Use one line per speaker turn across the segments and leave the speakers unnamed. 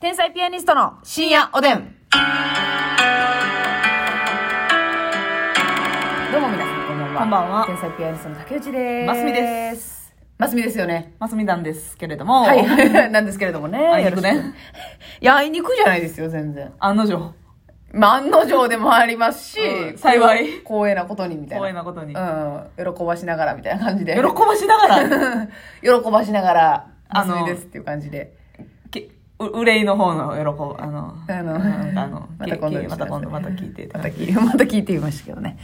天才ピアニストの深夜おでん。どうも皆さん、こんばんは。
こんばんは
天才ピアニストの竹内です。。
ますみです
ますみですよね。
マスミなんですけれども、
はい はい、なんですけれどもね。
あいにくね
よろしくいや、あいにくじゃないですよ、全然。
案の定、
まあ、案の定でもありますし、
うん幸い
光栄なことにみたいな。
光栄なことに
うん。喜ばしながらみたいな感じで。
喜ばしながら、
喜ばしながら、あ
あの
の、ですっていう感じで。
けう憂いの方の喜ぶ、あの、
あの、
うんあの
また今度
けけまた今度、また聞いて。
また聞いて、また聞いてみましたけどね。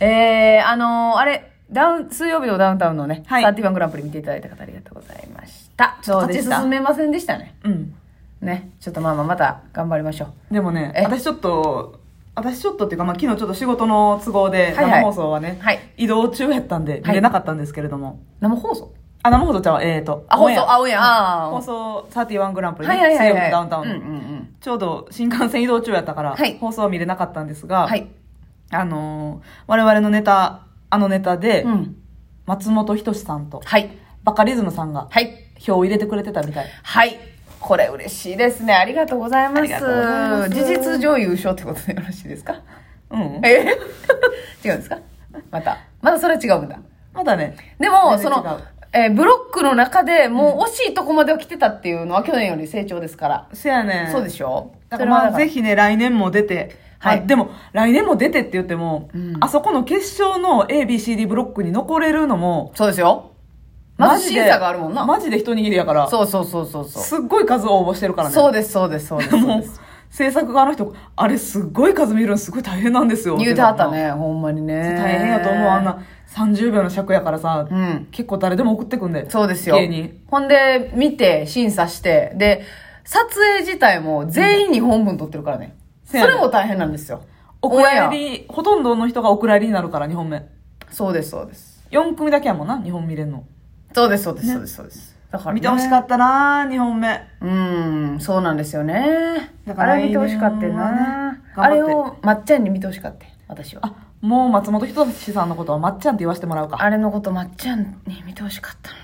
えー、あのーあれ、ダウン、水曜日のダウンタウンのね、
はい
31グランプリ見ていただいた方ありがとうございました。ちょっと
そうで
立
し
ち
た
進めませんでしたね。
うん。
ね。ちょっとまあまあまた頑張りましょう。
でもね
え、
私ちょっと、私ちょっとっていうか、まあ、昨日ちょっと仕事の都合で、
はいはい
生放送はね、
はい
移動中やったんで、
い
見れなかったんですけれども、
生放送
あ、生放送ちゃうわえーと、
あ、
オ
放
ンエ
送、
ア
あ、おやん。あ
放
ー
送31グランプリ、
はいはいはい、
水曜
は
日
い。
のダウンタウン
うん
の、
うんうん。
ちょうど新幹線移動中やったから、
はい
放送は見れなかったんですが、
はい。
あのー我々のネタ、あのネタで、
うん。
松本人志さんと
はい。
バカリズムさんが
はい。
票を入れてくれてたみたい。
はい。これ嬉しいですね。ありがとうござい
あ
ま
り
す。
がとうございます
事実上優勝ってことでよろしいですか
うん。
え 違うんですかまた。まだそれは違うんだ。
まだね、
でも、
全然
その
違う、
えーブロックの中でもう惜しいとこまでは来てたっていうのは去年より成長ですから。
せやねん。
そうでしょ
だからまあ、
それ
ぜ
は
ひね、来年も出て、
はい
まあでも、来年も出てって言っても、
うん
あそこの決勝の A、B、C、D ブロックに残れるのも、
そうですよ。まず審査があるもんな。
マジで一握りやから、
そうそうそうそうそう。
すっごい数応募してるからね。
そうです、そうです、そうです。そう
も
で
う
す、
制作側の人、あれすっごい数見るのすごい大変なんですよ。
言うてはった。ね、ほんまにね。
大変やと思う。あん。な30秒の尺やからさ、
うん。
結構誰でも送ってくんで。
そうですよ
芸人。。
ほんで、見て、審査して、で、撮影自体も全員に本文撮ってるからね。そ
せやね
れも大変なんですよ。
お蔵
オンエア
入り、ほとんどの人がお蔵入りになるから、2本目。
そうです、そうです。
4組だけやもんな、2本見れんの。
そうです、そうです、そうです、そうです。だからね
見てほしかったな2本目。
うーん、そうなんですよね。
だか
あ
ら
れ見てほしかったよ
来年は
な
ね。
あ
頑張
れ
って
をまっちゃんに見てほしかったよ私は。
あ、もう松本人志さんのことはまっちゃんって言わせてもらうか。
あれのことまっちゃんに見てほしかったの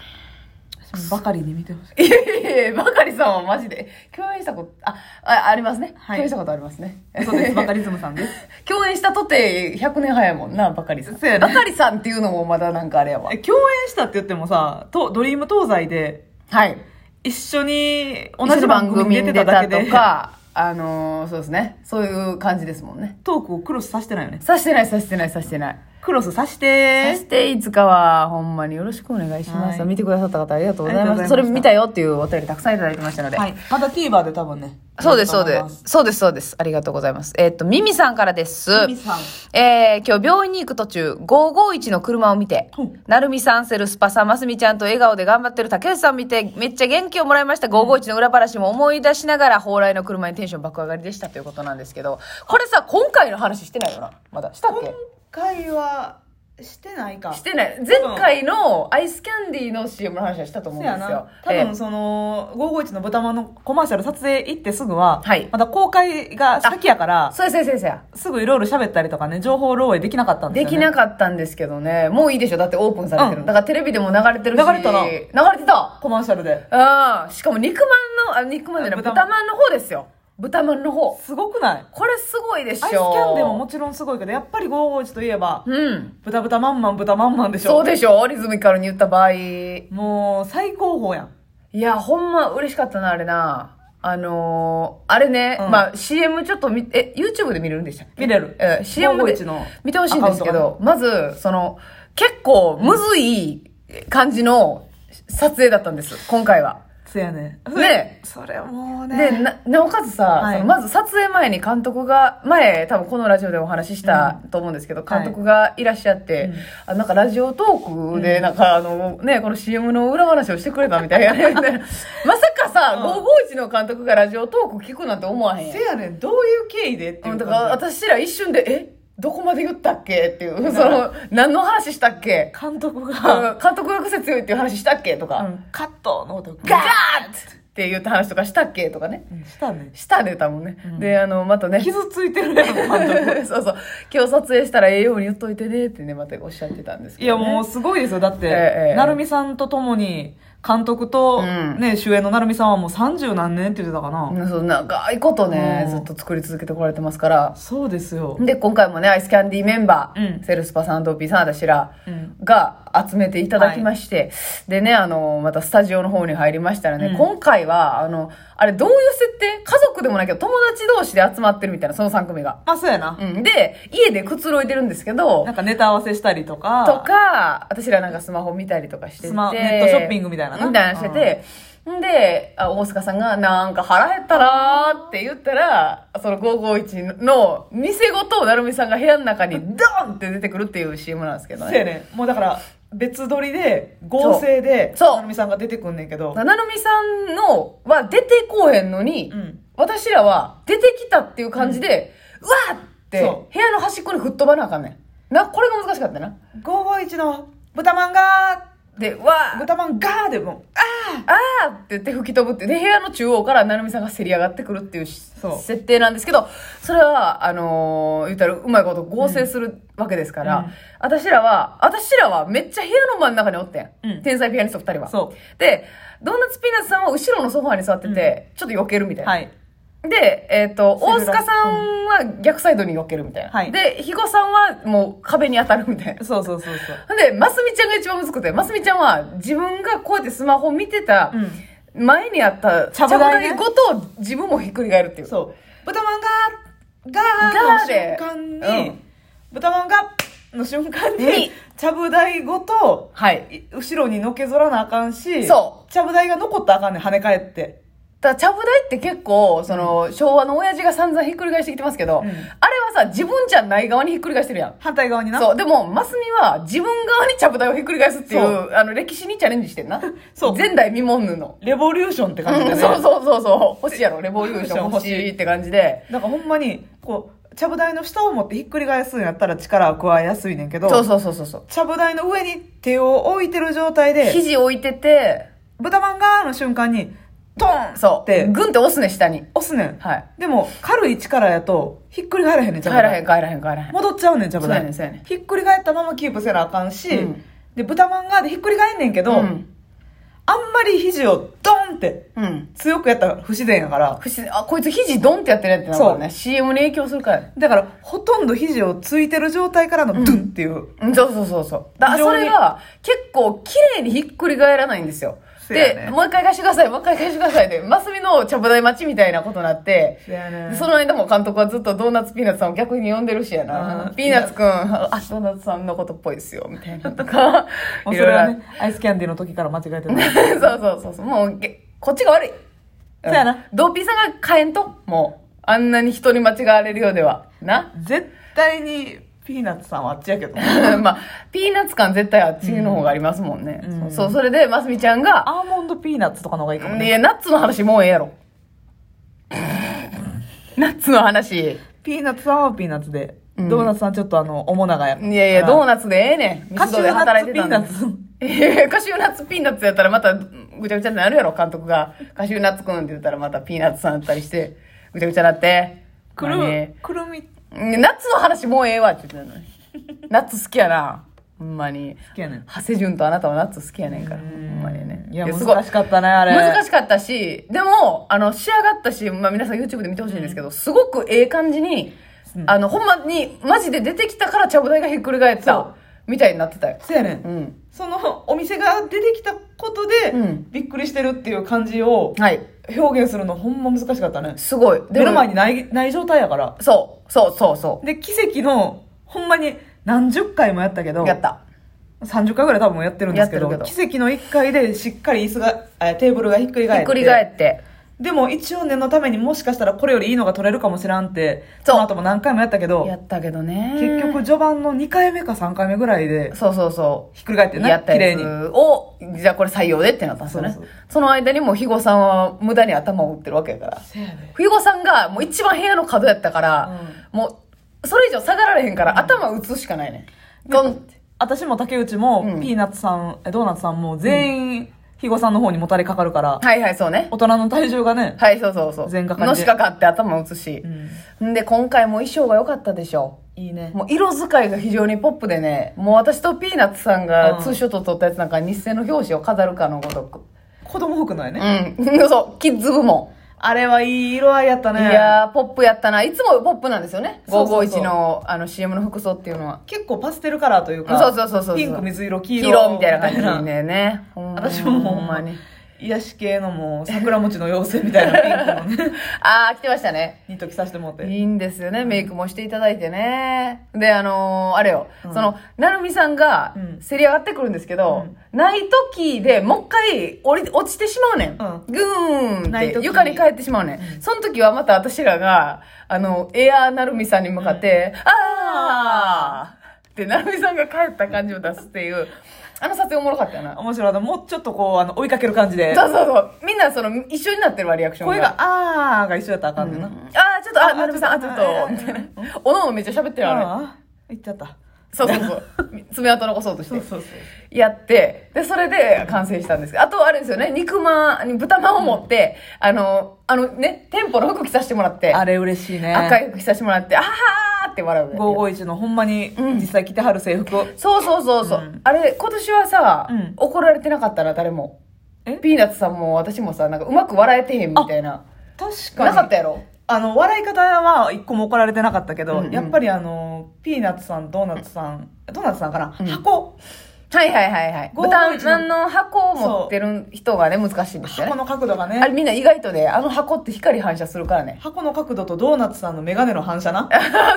私もばかりに見てほしい。
に。いやいやいや、ばかりさんはマジで。共演したこと、あ、あありますね、
はい
共演したことありますね。
そうです、バカリズムさんです。
共演したとて100年早いもんな、ばかりさん。
そうやね
ばかりさんっていうのもまだなんかあれやわ
え。共演したって言ってもさ、とドリーム東西で、
はい。
一緒に同
同じ
じ
番
番
組
組
に
に出
出て
てただ
た
け
と
で、
か、あのーそうですね。そういう感じですもんね。
トークをクロスさせてないよね。
さしてない、さしてない、さしてない。
クロスさせ
そ
て
していつかはほんまによろしくお願いします、
はい
見てくださった方ありがとうござい
あ
ま
り
す
がとう
そ
ございました
れ見たよっていうお便りたくさんいただいてましたので、
はい。また TVer で多分ね。
そうですそう
見れ
で
ると思います
そうですそうですありがとうございますえっとミミさんからです
ミミさん
えー今日病院に行く途中551の車を見て
うん
なるみさんセルスパさんますみちゃんと笑顔で頑張ってる竹内さん見てめっちゃ元気をもらいました551の裏話も思い出しながら蓬莱の車にテンション爆上がりでしたということなんですけどこれさ今回の話してないよなまだしたっけ
今回はしてないか
してない前回のアイスキャンディーの CM の話はしたと思う
そ
ん
う
で
や
すよ
な多分
え
その551の豚まんのコマーシャル撮影行ってすぐは、
はい
まだ公開が先やか
え
ら
そうやそうやそうやそうや
すぐいろいろ喋ったりとかね情報漏洩できなかったんです
で
よ、
き
ね、
なかったんですけどねもういいでしょだってオープンされてる、
うん
だからテレビでも流れてるし
流れたな
流れてた
コマーシャルで
うんしかも肉まんのあ肉まんじゃない
豚
豚
まん
まんの方ですよ豚まんの方
すごくない
これすごいでしょ
アイスキャンでももちろんすごいけどやっぱり551といえば
うん
豚豚まんまん豚まんまんでしょ
そうでしょリズミカルに言った場合い
もう最高峰やん
やほんま嬉しかったなあれなあのー、あれね、
うん
まあ CM ちょっと見え YouTube で見れるんでしたっけ
見れる
えー CM で
551の
見てほしいんですけ
アカウ
ど、
ン
まず、その、結構むずい感じの撮影だったんです、今回は。
そうやね
ね
それもうね
で、な、なおかつさ、
は
そ
い
のまず撮影前に監督が、前、多分このラジオでお話ししたと思うんですけど、
はい
監督がいらっしゃって、
うん
あなんかラジオトークで、
うん
なんかあの、ね、この CM の裏話をしてくれたみたいな。 まさかさ、551の監督がラジオトーク聞くなんて思わへんやん
せやねんどういう経緯でっていううん
だ
感
から
じ
私ら一瞬で、えどこまで言ったっけっていう、
ん
その、何の話したっけ
監督が、
うん監督が癖強いっていう話したっけとか、
カットの音
ガー
ガ
ッって言った話とかしたっけとかね。
ッしたね
したで多分ね。で、あの、またね。
傷ついてるやろ監 督
そうそう。今日撮影したらええように言っといてねってね、またおっしゃってたんですけ
い
ど、
や
ね。
もうすごいですよだって、
ええ
なるみさんと共に監督と、
うん
ね、主演の成美さんはもう三十何年って言ってたかな。
うんそう長いことね、
うん
ずっと作り続けてこられてますから。
そうですよ。
で、今回もね、アイスキャンディーメンバー、
うん
セルスパさん、ドーピーさん、私ら
うん
が集めていただきまして、でね、あの、またスタジオの方に入りましたらね、
うん
今回は、あの、あれどういう設定家族でもないけど、友達同士で集まってるみたいな、その3組が。
まあ、そうやな。
うん。で、家でくつろいでるんですけど
なん、かネタ合わせしたりとか。
とか、私らなんかスマホ見たりとかしてて。
スマネットショッピングみたいなな
みたいなしてて。んで、あ大塚さんが、なんか腹減ったなーって言ったら、その551の店ごと、なるみさんが部屋の中にドーンって出てくるっていう CM なんですけど
そうや
ね。
ねんもうだから、別撮りで、合成で、
そうそう
成美さんが出てくんねんけど。
なるみさんのは出てこうへんのに、
うん
私らは出てきたっていう感じで、うわーって
そ
部屋の端っこに吹っ飛ばなあかんねん。な、これが難しかったな。
551の豚まんが
で、わー
ー、豚まんがーでもう、あ
あーって言って吹き飛ぶって。で、部屋の中央から成美さんがせり上がってくるっていうし
そう
設定なんですけど、それは、あのー言ったらうまいこと合成するわけですから、
うんうん
私らは、私らはめっちゃ部屋の真ん中におってん。
うん
天才ピアニスト二人は。
そう
で、ドーナツピーナッツさんは後ろのソファーに座ってて、ちょっと避けるみたいな。
はい。
で、えっ、と、
セ
大
ルラ
塚さんは逆サイドに避けるみたいな。
はい
で、肥後さんはもう壁に当たるみたいな。
そうそうそうそう。
ほんで、ますみちゃんが一番むずくて、ますみちゃんは自分がこうやってスマホ見てた、前にあった、
ちゃぶ台ね
ちゃぶごとを自分もひっくり返るっていう。
そう。豚まんがー、が
がーで
ーの瞬
う
間に
ん、
豚まんがーの瞬間
に
に、ちゃぶ台ごと、
はい。
い後ろにのけぞらなあかんし、。
そう
ちゃぶ台が残ったらあかんねん、跳ね返って。
だからちゃぶ台って結構、その、昭和の親父が散々ひっくり返してきてますけど、
うん
あれはさ、自分じゃない側にひっくり返してるやん。
反対側にな。
そう。でも、ますみは自分側にちゃぶ台をひっくり返すってい、
そう
あの、歴史にチャレンジしてんな。
そう
前代未聞の。
レボリューションって
う
感じで、ね
ん、そうそうそうそう。欲しいやろ、レボリューション欲
欲
し
しい
いって感じで。
なんかほんまに、こう、ちゃぶ台の下を持ってひっくり返すんやったら力を加えやすいねんけど、
そうそうそうそうそう。
ちゃぶ台の上に手を置いてる状態で、
肘置いてて、
豚まんがーの瞬間に、トン
そ
って
う。グンって押すね、下に。
押すねん。
はい。
でも、軽い力やと、ひっくり返らへんねん、ち
帰
ゃぶ台
らへん、帰らへん、帰らへん。
戻っちゃうねん、ちゃぶ
そうやね
台。
んそうやねん
ひっくり返ったままキープせなあかんし、
うん
で、豚まんがーでひっくり返んねんけど、
うん。
あんまり肘をドンって
うん。
強くやったら不自然やから、
不自然あ、こいつ肘ドンってやってるやつってなるからね。CM に影響するから。
だから、ほとんど肘をついてる状態からのドゥンっていう。
うんそうそうそうそう。だ
非
そ
常に
れが結構綺麗にひっくり返らないんですよ。
そうやね
で、もう一回返してください、もう一回返してくださいで、マスミのちゃぶ台待ちみたいなことになって、
そうやね
でその間も監督はずっとドーナツピーナッツさんを逆に呼んでるしやな
う。ん。
ピーナッツくん、あ、ドーナツさんのことっぽいですよ、みたいなとか
もう
い
そ
ろい
れ
ろあ
は
って
ね、アイスキャンディーの時から間違えて た。
そうそうそうそう。もうげ、こっちが悪い。
そうやな。
ドーピーさんが変えんと、もう。あんなに人に間違われるようでは。な。
絶対に、ピーナッツさんはあっちやけど。
まあ、ピーナッツ感絶対あっちの方がありますもんね。
うんうん
そう、それで、ますみちゃんが、
アーモンドピーナッツとかの方がいいかも
い
ね。
や、ナッツの話もうええやろ。 ナッツの話。
ピーナッツさんはピーナッツで、
うん
ドーナツさんちょっとあの、おもながや
いやいや、ドーナ
ナ
ツでええねん。ミ
カ
スド
シュ
で
ーナ
働
ッ
い
ツ
て
ピ
た
ー
んだ
ナッツ。
いやいや カシューナッツピーナッツやったらまたぐちゃぐちゃになるやろ、監督が。カシューナッツくんって言ったらまたピーナッツさんだったりして、ぐちゃぐちゃなって。
く
何
る、くるみ。
うんナッツの話もうええわって言 ってたのに。ナッツ好きやな。ほんまに。
好きやねん。
長谷淳とあなたはナッツ好きやねんから。ほんまにね。
いや、
すごい
難しかったね、あれ。
難
し
しかったし、でも、あの、仕上がったし、まあ皆さん YouTube で見てほしいんですけど、すごくええ感じに、あの、ほんまに、マジで出てきたからちゃぶ台がひっくり返っ
そ
た、みたいになってたよ。
そうやねん。
うん。
その、お店が出てきたことで
うん、
びっくりしてるっていう感じを
はい。表
表
現。
現するのほんま難しかったね。
すごい。
目の前
に。
にない、ない状態やから。
そう、そう、そう、そ
で、奇跡の、ほんまに何十回もやったけど、
う。やった。
30回ぐらい多分やってるんですけど
やってるけ
奇跡の1回でしっかり椅子がえーテーブルがひっくり
ひ
返って
っくり返って。
でも一応念のためにもしかしたらこれよりいいのが取れるかもしらんって
そう
その後も何回もやったけ
や
ど
ったけどね。
結局、序盤の2回目か3回目ぐらいで
そうそうそう。
ひっくり返って
や
ね
った
綺
や
麗に
つを、じゃあこれ採用でってなったんですよね。そ
そうそう
の間にもう肥後さんは無駄に頭を打ってるわけやから。肥後さんがもう一番部屋の角やったから、もうそれ以上下がられへんから頭打つしかないね。ドンって。
私も竹内
う
も
ん
ピーナッツさんえドーナツさんも全員肥後さんの方にもたれかかるから
はいはい、そうね。
大人の体重がね
はい、そうそうそう。
全掛かりで
のしかかって頭打つし。ん、で、今回も衣装が良かったでしょ。
いいね
もう色使いが非常にポップでね、もう私とピーナッツさんが
うん
ツーショット撮ったやつなんか日清の表紙を飾るかのごとく。
子供服なんやね。
うん。 そう、キッズ部門。
あれはいい色合いやった
い
ね。
やー、ポップやったな。いつもポップなんですよね。
そうそうそう
551のあの CM の服装っていうのは。
結構パステルカラーというか、
そうそうそうそう
ピンク、水色、黄
黄
色。
色みたいな感じでね。ほんま
私ももう
ほんまに。
癒し系のもう桜餅の妖精みたいなピンクの ね
あー、来てましたね。
ニット着させてもらって
いいんですよね、メイクもしていただいてね。で、あのーあれよ、その、なるみさんが
う、ん
せり上がってくるんですけど、ない時でもう一回降り落ちてしまうねん。
う
ぐーんっ
ない
て
時、に
床に帰ってしまうねん。その時はまた私らが、あの、エアーなるみさんに向かって、あーって、なるみさんが帰った感じを出すっていう、あの撮影おもろかったよな。
面白いなもうちょっとこうあの追いかける感じで
そうそうそう。みんなその、一緒になってるわ、リアクションが。
声が「あー」が一緒やったらあかんねんな、
あー、ちょっと、あ、なるみさん、あ、
ち
ち
ょ
ょっ
っと
と、みたいな。おのおのめっちゃ喋ってるよ、あれ。
あー行っちゃった
そうそうそう。爪痕残そうとし
そう
て。
そうそう
やって、で、それで完成したんですけど、あとあれですよね、肉まん、豚まんを持って、あの、あのね、店舗の服着させてもらって、
あれ嬉しいね
赤い服着させてもらって、あはーって笑う。
551のほんまに実際着てはる制服を、
そうそうそうそう、
うん
あれ、今年はさ、
うん
怒られてなかったな、誰も。
え
ピーナッツさんも私もさ、なんかうまく笑えてへんみたいな。
確かに
なかったやろ
あの笑い方は一個も怒られてなかったけど、
うんうん
やっぱりあのピーナッツさんドーナツさん、ドーナツさんかな、箱
はいはいはいはい。
551
豚まんの箱を持ってる人がね、難しいんですよ
箱
ね。
の角度が
あれ
ね
みんな意外とね、あの箱って光反射するからね。
箱の角度とドーナツさんの眼鏡の反射な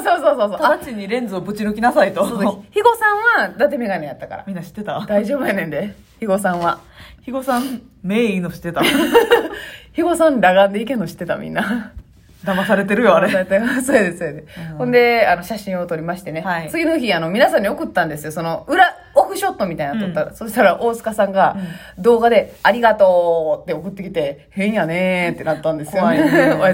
そうそうそうそう。あ、
直ちにレンズをぶち抜きなさいと
ひごさんは伊達メガネやったから。
みんな知ってた
大丈夫やねんで、ひごさんは。
ひごさんメインの知ってた
ひごさん裸眼でいけんの知ってたみんな。
騙されてるよあ
そう
れ
やってそうやで、そうやで。ほんで、あの、写真を撮りましてね。
はい
次の日、あの、皆さんに送ったんですよ。その、裏、オフショットみたいなの撮ったら、そしたら大塚さんが、動画で、ありがとうって送ってきて、変やねーってなったんですよ、
怖いね
おや